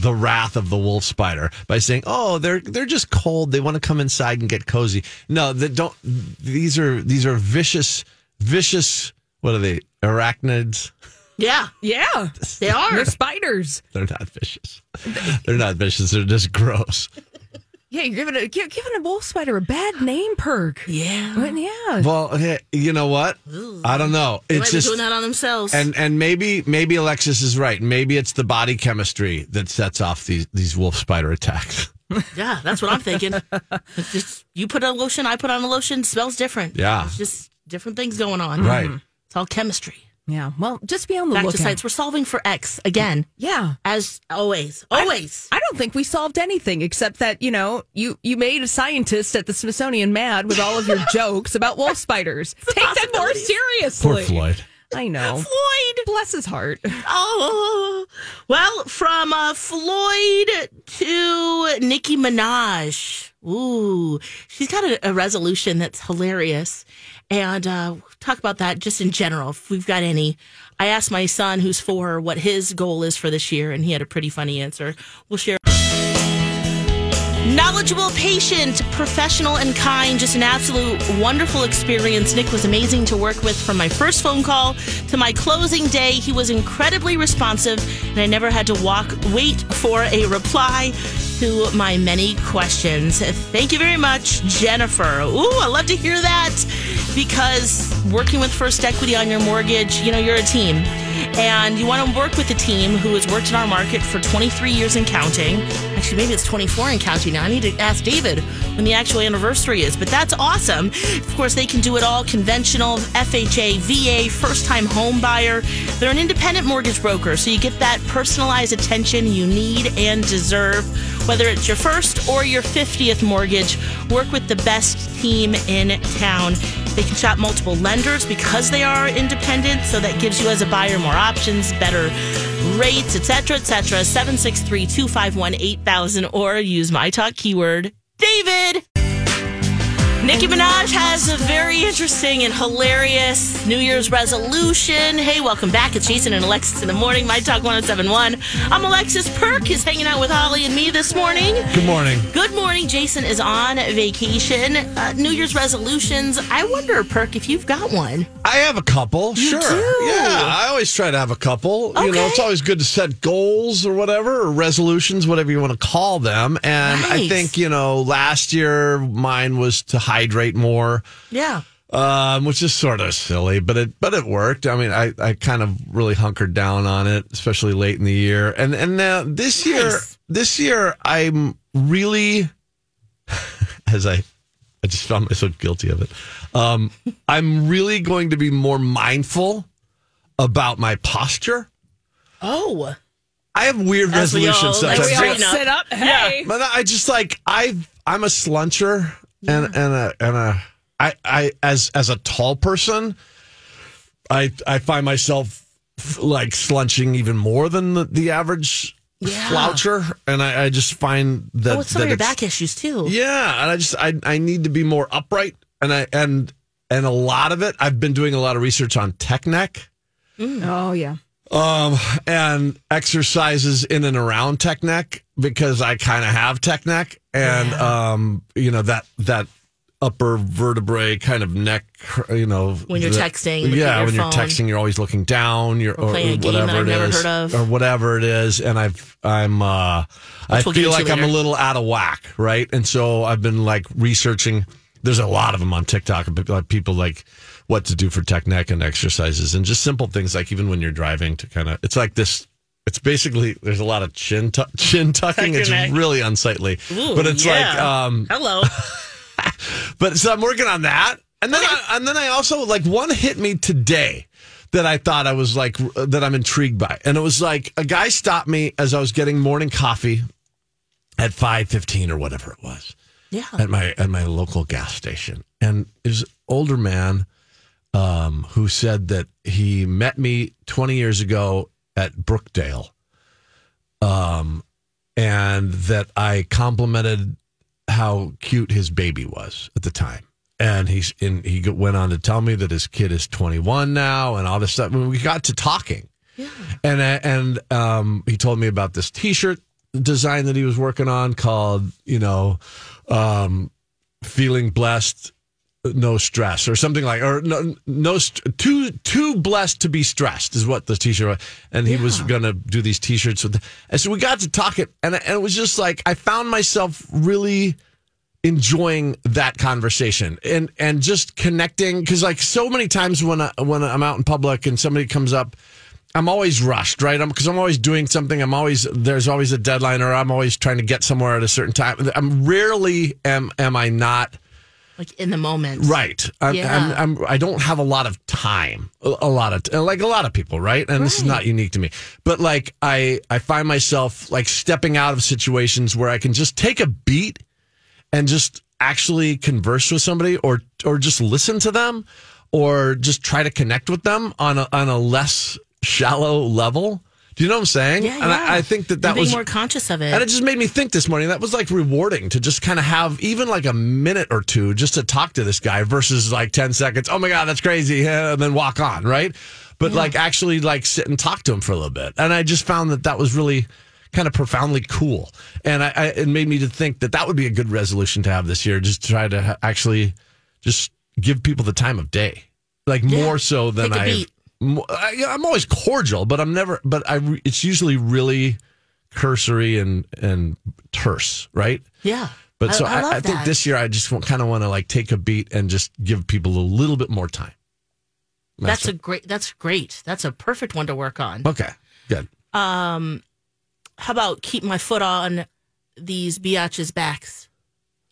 Speaker 2: the wrath of the wolf spider by saying oh they're they're just cold they want to come inside and get cozy no that don't these are these are vicious vicious what are they arachnids
Speaker 1: Yeah,
Speaker 3: yeah,
Speaker 1: they are.
Speaker 3: they're spiders.
Speaker 2: they're not vicious they're not vicious they're just gross
Speaker 3: Yeah, you're giving a you're giving a wolf spider a bad name, perk.
Speaker 1: Yeah.
Speaker 3: But yeah,
Speaker 2: well hey, you know what i don't know
Speaker 1: They might
Speaker 2: it's
Speaker 1: be
Speaker 2: just
Speaker 1: doing that on themselves.
Speaker 2: and and maybe maybe alexis is right maybe it's the body chemistry that sets off these these wolf spider attacks
Speaker 1: yeah, that's what I'm thinking. It's just you put on lotion, I put on a lotion, smells different.
Speaker 2: Yeah.
Speaker 1: It's just different things going on. Mm-hmm.
Speaker 2: right
Speaker 1: It's all chemistry.
Speaker 3: yeah. Well, just be on the
Speaker 1: Back to
Speaker 3: lookout.
Speaker 1: sites. We're solving for X again,
Speaker 3: Yeah.
Speaker 1: as always. Always.
Speaker 3: I don't think we solved anything except that, you know, you, you made a scientist at the Smithsonian mad with all of your jokes about wolf spiders. Take them more
Speaker 1: possibility.
Speaker 3: seriously.
Speaker 2: Poor Floyd.
Speaker 3: I know.
Speaker 1: Floyd.
Speaker 3: Bless his heart.
Speaker 1: Oh, well, from uh, Floyd to Nicki Minaj. Ooh, she's got a, a resolution that's hilarious. And uh, we'll talk about that just in general, if we've got any. I asked my son, who's four, what his goal is for this year, and he had a pretty funny answer. We'll share. Knowledgeable, patient, professional, and kind. Just an absolute wonderful experience. Nick was amazing to work with from my first phone call to my closing day. He was incredibly responsive, and I never had to walk, wait for a reply to my many questions. Thank you very much, Jennifer. Ooh, I love to hear that because working with First Equity on your mortgage, you know, you're a team and you want to work with a team who has worked in our market for 23 years and counting. Actually, maybe it's 24 and counting now. I need to ask David when the actual anniversary is, but that's awesome. Of course, they can do it all conventional, FHA, VA, first time home buyer. They're an independent mortgage broker, so you get that personalized attention you need and deserve. Whether it's your first or your 50th mortgage, work with the best team in town. They can shop multiple lenders because they are independent, so that gives you as a buyer more options, better rates, etc., etc. 763-251-8000 or use my talk keyword David. Nicki Minaj has a very interesting and hilarious New Year's resolution. Hey, welcome back. It's Jason and Alexis in the morning. My Talk 1071. I'm Alexis Perk is hanging out with Holly and me this morning.
Speaker 2: Good morning.
Speaker 1: Good morning. Jason is on vacation. Uh, New Year's resolutions. I wonder, Perk, if you've got one.
Speaker 2: I have a couple. sure.
Speaker 1: do?
Speaker 2: Yeah, I always try to have a couple. You know,
Speaker 1: Okay.
Speaker 2: it's always good to set goals or whatever, or resolutions, whatever you want to call them. And I
Speaker 1: Right.
Speaker 2: think, you know, last year mine was to hydrate more.
Speaker 1: Yeah.
Speaker 2: um, which is sort of silly, but it but it worked. I mean, I, I kind of really hunkered down on it, especially late in the year. And and now this year,
Speaker 1: Nice.
Speaker 2: this year I'm really, as I, I just found myself guilty of it. Um, I'm really going to be more mindful about my posture.
Speaker 1: Oh.
Speaker 2: I have weird
Speaker 1: As we all
Speaker 2: resolutions
Speaker 1: like
Speaker 2: sometimes.
Speaker 3: we all
Speaker 1: Straighten up.
Speaker 3: sit up. Hey.
Speaker 2: But I just like I I'm a sluncher and and a and a I I as as a tall person, I I find myself f- like slunching even more than the, the average
Speaker 1: Yeah.
Speaker 2: sloucher, and I, I just find that
Speaker 1: Oh, it's some
Speaker 2: that
Speaker 1: of your
Speaker 2: it's-
Speaker 1: back issues, too.
Speaker 2: yeah, and I just I I need to be more upright, and I and and a lot of it I've been doing a lot of research on tech neck
Speaker 3: Oh yeah.
Speaker 2: um, and exercises in and around tech neck because I kind of have tech neck and um, you know that that upper vertebrae kind of neck, you know,
Speaker 1: When you're
Speaker 2: the-
Speaker 1: texting, looking at
Speaker 2: yeah,
Speaker 1: your
Speaker 2: when
Speaker 1: phone.
Speaker 2: you're texting, you're always looking down, you're or,
Speaker 1: playing a game
Speaker 2: or
Speaker 1: that
Speaker 2: whatever
Speaker 1: I've
Speaker 2: it
Speaker 1: never
Speaker 2: is,
Speaker 1: heard of.
Speaker 2: or whatever it is, and I've I'm uh, I
Speaker 1: we'll get
Speaker 2: feel
Speaker 1: into
Speaker 2: like I'm a
Speaker 1: later.
Speaker 2: little out of whack, right? And so I've been like researching. There's a lot of them on TikTok about people like what to do for tech neck and exercises and just simple things like even when you're driving to kind of it's like this. It's basically there's a lot of chin tu- chin tucking.
Speaker 1: your
Speaker 2: It's
Speaker 1: neck.
Speaker 2: really unsightly,
Speaker 1: Ooh,
Speaker 2: but it's like
Speaker 1: yeah.
Speaker 2: um,
Speaker 1: Hello.
Speaker 2: but so I'm working on that, and then I, and then I also like one hit me today that I thought I was like r- that I'm intrigued by, and it was like a guy stopped me as I was getting morning coffee at five fifteen or whatever it was
Speaker 1: Yeah.
Speaker 2: at my at my local gas station, and it was an older man um, who said that he met me 20 years ago at Brookdale, um, and that I complimented how cute his baby was at the time. And he's and he go- went on to tell me that his kid is 21 now, and all this stuff. When we got to talking, and I- and um, he told me about this T-shirt design that he was working on called you know, um, feeling blessed, no stress, or something like, or no, no, st- too too blessed to be stressed is what the T-shirt. was. And he was gonna do these T-shirts with, and so we got to talk it, and and it was just like I found myself really enjoying that conversation and and just connecting because like so many times when I, when I'm out in public and somebody comes up I'm always rushed right because I'm, always doing something I'm always there's always a deadline or I'm always trying to get somewhere at a certain time I'm rarely am am I not
Speaker 1: like in the moment.
Speaker 2: right I'm,
Speaker 1: Yeah.
Speaker 2: I'm, I'm I don't have a lot of time a, a lot of t- like a lot of people right and this is not unique to me but like I I find myself like stepping out of situations where I can just take a beat and just actually converse with somebody or or just listen to them or just try to connect with them on a, on a less shallow level. Do you know what I'm saying?
Speaker 1: Yeah,
Speaker 2: and
Speaker 1: yeah.
Speaker 2: I, I think that that
Speaker 1: You're being
Speaker 2: was
Speaker 1: more conscious of it.
Speaker 2: and it just made me think this morning that was like rewarding to just kind of have even like a minute or two just to talk to this guy versus like 10 seconds. Oh my God, that's crazy. yeah, And then walk on, right? But like actually like sit and talk to him for a little bit. And I just found that that was really kind of profoundly cool. And I, I it made me to think that that would be a good resolution to have this year. Just try to ha- actually just give people the time of day, like more so than
Speaker 1: Take a
Speaker 2: I.
Speaker 1: beat.
Speaker 2: Mo- I, yeah, I'm always cordial, but I'm never. But I, re- it's usually really cursory and and terse, right?
Speaker 1: yeah.
Speaker 2: But so I, I,
Speaker 1: love
Speaker 2: think
Speaker 1: that.
Speaker 2: this year I just kind of want to like take a beat and just give people a little bit more time.
Speaker 1: That's a great. That's great. That's a perfect one to work on.
Speaker 2: okay, good.
Speaker 1: Um, how about keep my foot on these biatches' backs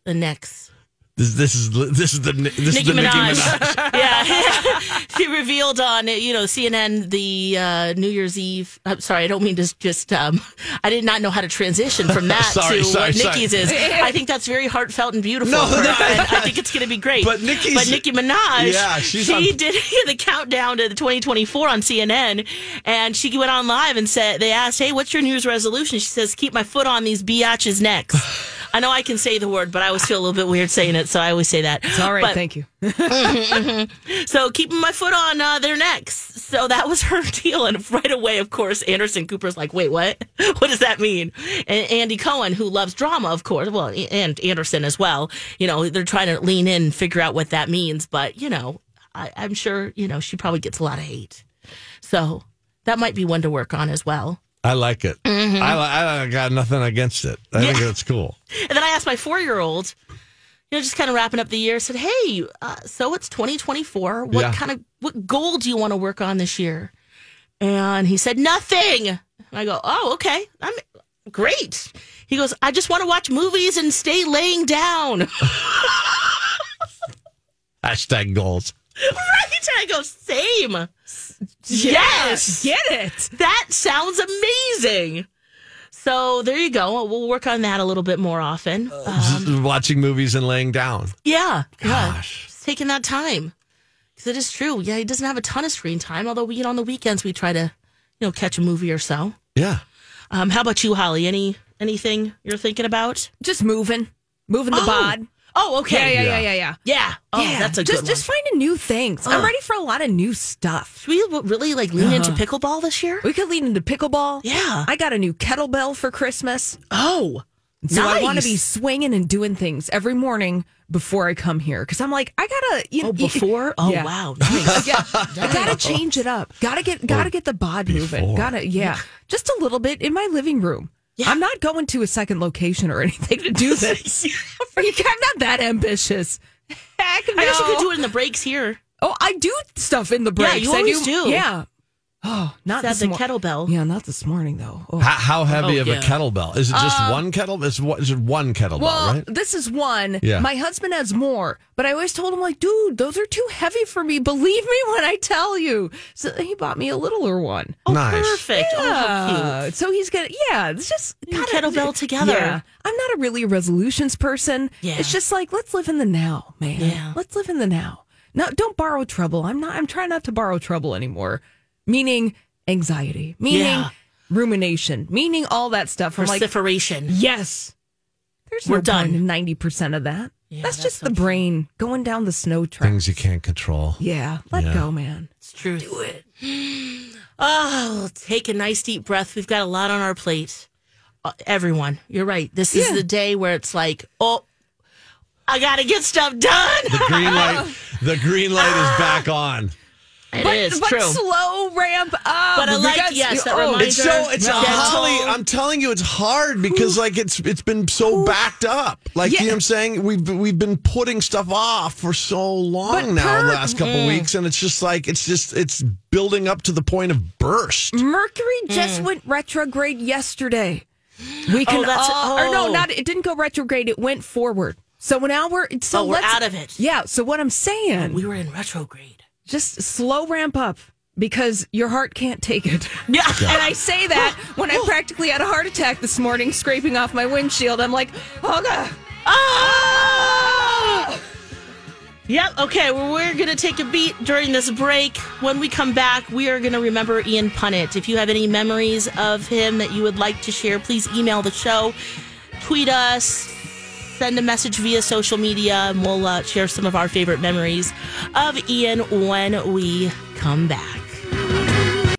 Speaker 1: and necks?
Speaker 2: This this is this is the this is
Speaker 1: Nicki
Speaker 2: the Nicki
Speaker 1: Minaj.
Speaker 2: Minaj.
Speaker 1: yeah, she revealed on you know CNN the uh, New Year's Eve. I'm sorry, I don't mean to just. Um, I did not know how to transition from that
Speaker 2: Sorry,
Speaker 1: to
Speaker 2: sorry,
Speaker 1: what
Speaker 2: sorry.
Speaker 1: Nicki's is. I think that's very heartfelt and beautiful.
Speaker 2: No,
Speaker 1: for her,
Speaker 2: no.
Speaker 1: and I think it's going to be great.
Speaker 2: But Nicki's-
Speaker 1: but Nicki Minaj,
Speaker 2: Yeah, she's
Speaker 1: she
Speaker 2: on-
Speaker 1: did the countdown to the 2024 on CNN, and she went on live and said they asked, "Hey, what's your New Year's resolution?" She says, "Keep my foot on these biatches' necks." I know I can say the word, but I always feel a little bit weird saying it, so I always say that.
Speaker 3: It's all right.
Speaker 1: But-
Speaker 3: thank you.
Speaker 1: so keeping my foot on uh, their necks. So that was her deal. And right away, of course, Anderson Cooper's like, wait, what? What does that mean? And Andy Cohen, who loves drama, of course, well, and Anderson as well, you know, they're trying to lean in and figure out what that means. But, you know, I, I'm sure, you know, she probably gets a lot of hate. So that might be one to work on as well.
Speaker 2: I like it.
Speaker 1: Mm-hmm.
Speaker 2: I, li- I got nothing against it. I think it's cool.
Speaker 1: And then I asked my four year old, you know, just kind of wrapping up the year, said, Hey, uh, so it's 2024. What
Speaker 2: Yeah.
Speaker 1: kind of, what goal do you want to work on this year? And he said, Nothing. And I go, Oh, okay. I'm great. He goes, I just want to watch movies and stay laying down. right?
Speaker 2: Hashtag goals.
Speaker 1: I go, Same. Yes.
Speaker 3: Get it.
Speaker 1: That sounds amazing. So there you go. We'll work on that a little bit more often. Uh,
Speaker 2: Just watching movies and laying down.
Speaker 1: yeah. Yeah.
Speaker 2: Gosh.
Speaker 1: It's taking that time because it is true. Yeah, he doesn't have a ton of screen time. Although we, you know, on the weekends we try to, you know, catch a movie or so.
Speaker 2: Yeah.
Speaker 1: Um, how about you, Holly? Any anything you're thinking about?
Speaker 3: Just moving, moving the
Speaker 1: Oh.
Speaker 3: bod.
Speaker 1: Oh,
Speaker 3: Yeah,
Speaker 1: okay.
Speaker 3: yeah,
Speaker 2: Yeah.
Speaker 3: yeah, yeah, yeah.
Speaker 1: Yeah. Oh,
Speaker 3: yeah.
Speaker 1: that's a
Speaker 3: just
Speaker 1: good
Speaker 3: just
Speaker 1: one.
Speaker 3: finding new things. I'm ready for a lot of new stuff.
Speaker 1: Should we w- really like lean into pickleball this year?
Speaker 3: We could lean into pickleball.
Speaker 1: Yeah.
Speaker 3: I got a new kettlebell for Christmas.
Speaker 1: Oh,
Speaker 3: So I want
Speaker 1: nice.
Speaker 3: to be swinging and doing things every morning before I come here because I'm like I gotta you know
Speaker 1: Oh, before? Oh, wow. Nice.
Speaker 3: yeah, I gotta change it up. Gotta get
Speaker 1: Oh,
Speaker 3: gotta get the bod moving.
Speaker 2: before.
Speaker 3: Gotta yeah, just a little bit in my living room. I'm not going to a second location or anything to do this. I'm not that ambitious. Heck no.
Speaker 1: I guess you could do it in the breaks here.
Speaker 3: Oh, I do stuff in the
Speaker 1: Yeah,
Speaker 3: breaks.
Speaker 1: you
Speaker 3: I
Speaker 1: always do.
Speaker 3: Yeah. Oh, not
Speaker 1: That's
Speaker 3: this
Speaker 1: the
Speaker 3: mor-
Speaker 1: kettlebell.
Speaker 3: Yeah, not this morning though. Oh.
Speaker 2: How, how heavy
Speaker 1: Oh,
Speaker 2: of
Speaker 1: yeah. Um,
Speaker 2: a kettlebell? Is it just one kettlebell? It's one, is it one kettlebell,
Speaker 3: Well,
Speaker 2: right?
Speaker 3: this is one.
Speaker 2: Yeah.
Speaker 3: My husband has more, but I always told him like, dude, those are too heavy for me. Believe me when I tell you. So he bought me a littler one.
Speaker 1: Oh,
Speaker 2: Nice.
Speaker 1: perfect. Oh, how
Speaker 3: Uh,
Speaker 1: cute.
Speaker 3: so he's gonna yeah, it's just
Speaker 1: You
Speaker 3: gotta-
Speaker 1: kettlebell together.
Speaker 3: Yeah. I'm not a really a resolutions person.
Speaker 1: Yeah.
Speaker 3: It's just like let's live in the now, man.
Speaker 1: Yeah.
Speaker 3: Let's live in the now. No, don't borrow trouble. I'm not I'm trying not to borrow trouble anymore. Meaning anxiety. Meaning
Speaker 1: Yeah.
Speaker 3: rumination. Meaning all that stuff. I'm like
Speaker 1: Vociferation.
Speaker 3: Yes. There's
Speaker 1: We're
Speaker 3: no
Speaker 1: done.
Speaker 3: Ninety percent of that.
Speaker 1: Yeah,
Speaker 3: that's,
Speaker 1: that's
Speaker 3: just
Speaker 1: so
Speaker 3: the brain going down the snow track.
Speaker 2: Things you can't control.
Speaker 3: Yeah, let
Speaker 2: Yeah.
Speaker 3: go, man.
Speaker 1: It's true. Do it. Oh, take a nice deep breath. We've got a lot on our plate. Uh, everyone, you're right. This is
Speaker 3: Yeah.
Speaker 1: the day where it's like, oh, I got to get stuff done.
Speaker 2: The green light. the green light is back on.
Speaker 1: It
Speaker 3: but
Speaker 1: is
Speaker 3: but
Speaker 1: true.
Speaker 3: slow ramp up. oh, But
Speaker 1: I like- yes, that reminds-
Speaker 2: It's so it's a
Speaker 1: Gentle.
Speaker 2: Holly. I'm telling you, it's hard because like it's it's been so backed up. Like you know,
Speaker 3: Yeah.
Speaker 2: what I'm saying we've we've been putting stuff off for so long
Speaker 3: But Mm.
Speaker 2: now.
Speaker 3: Kirk-
Speaker 2: the last couple weeks, and it's just like it's just it's building up to the point of burst.
Speaker 3: Mercury
Speaker 1: Mm.
Speaker 3: just went retrograde yesterday. We can
Speaker 1: Oh, that's-
Speaker 3: all, or no,
Speaker 1: oh.
Speaker 3: not it didn't go retrograde. It went forward. So now we're so
Speaker 1: Oh, we're
Speaker 3: let's-
Speaker 1: out of it.
Speaker 3: Yeah. So what I'm saying,
Speaker 1: we were in retrograde.
Speaker 3: just slow ramp up because your heart can't take it.
Speaker 1: Yeah.
Speaker 3: And I say that when I practically had a heart attack this morning, scraping off my windshield. I'm like, oh god. Ah!
Speaker 1: Yep. Okay. Well, we're going to take a beat during this break. When we come back, we are going to remember Ian Punnett. If you have any memories of him that you would like to share, please email the show, tweet us, send a message via social media, and we'll uh, share some of our favorite memories of Ian when we come back.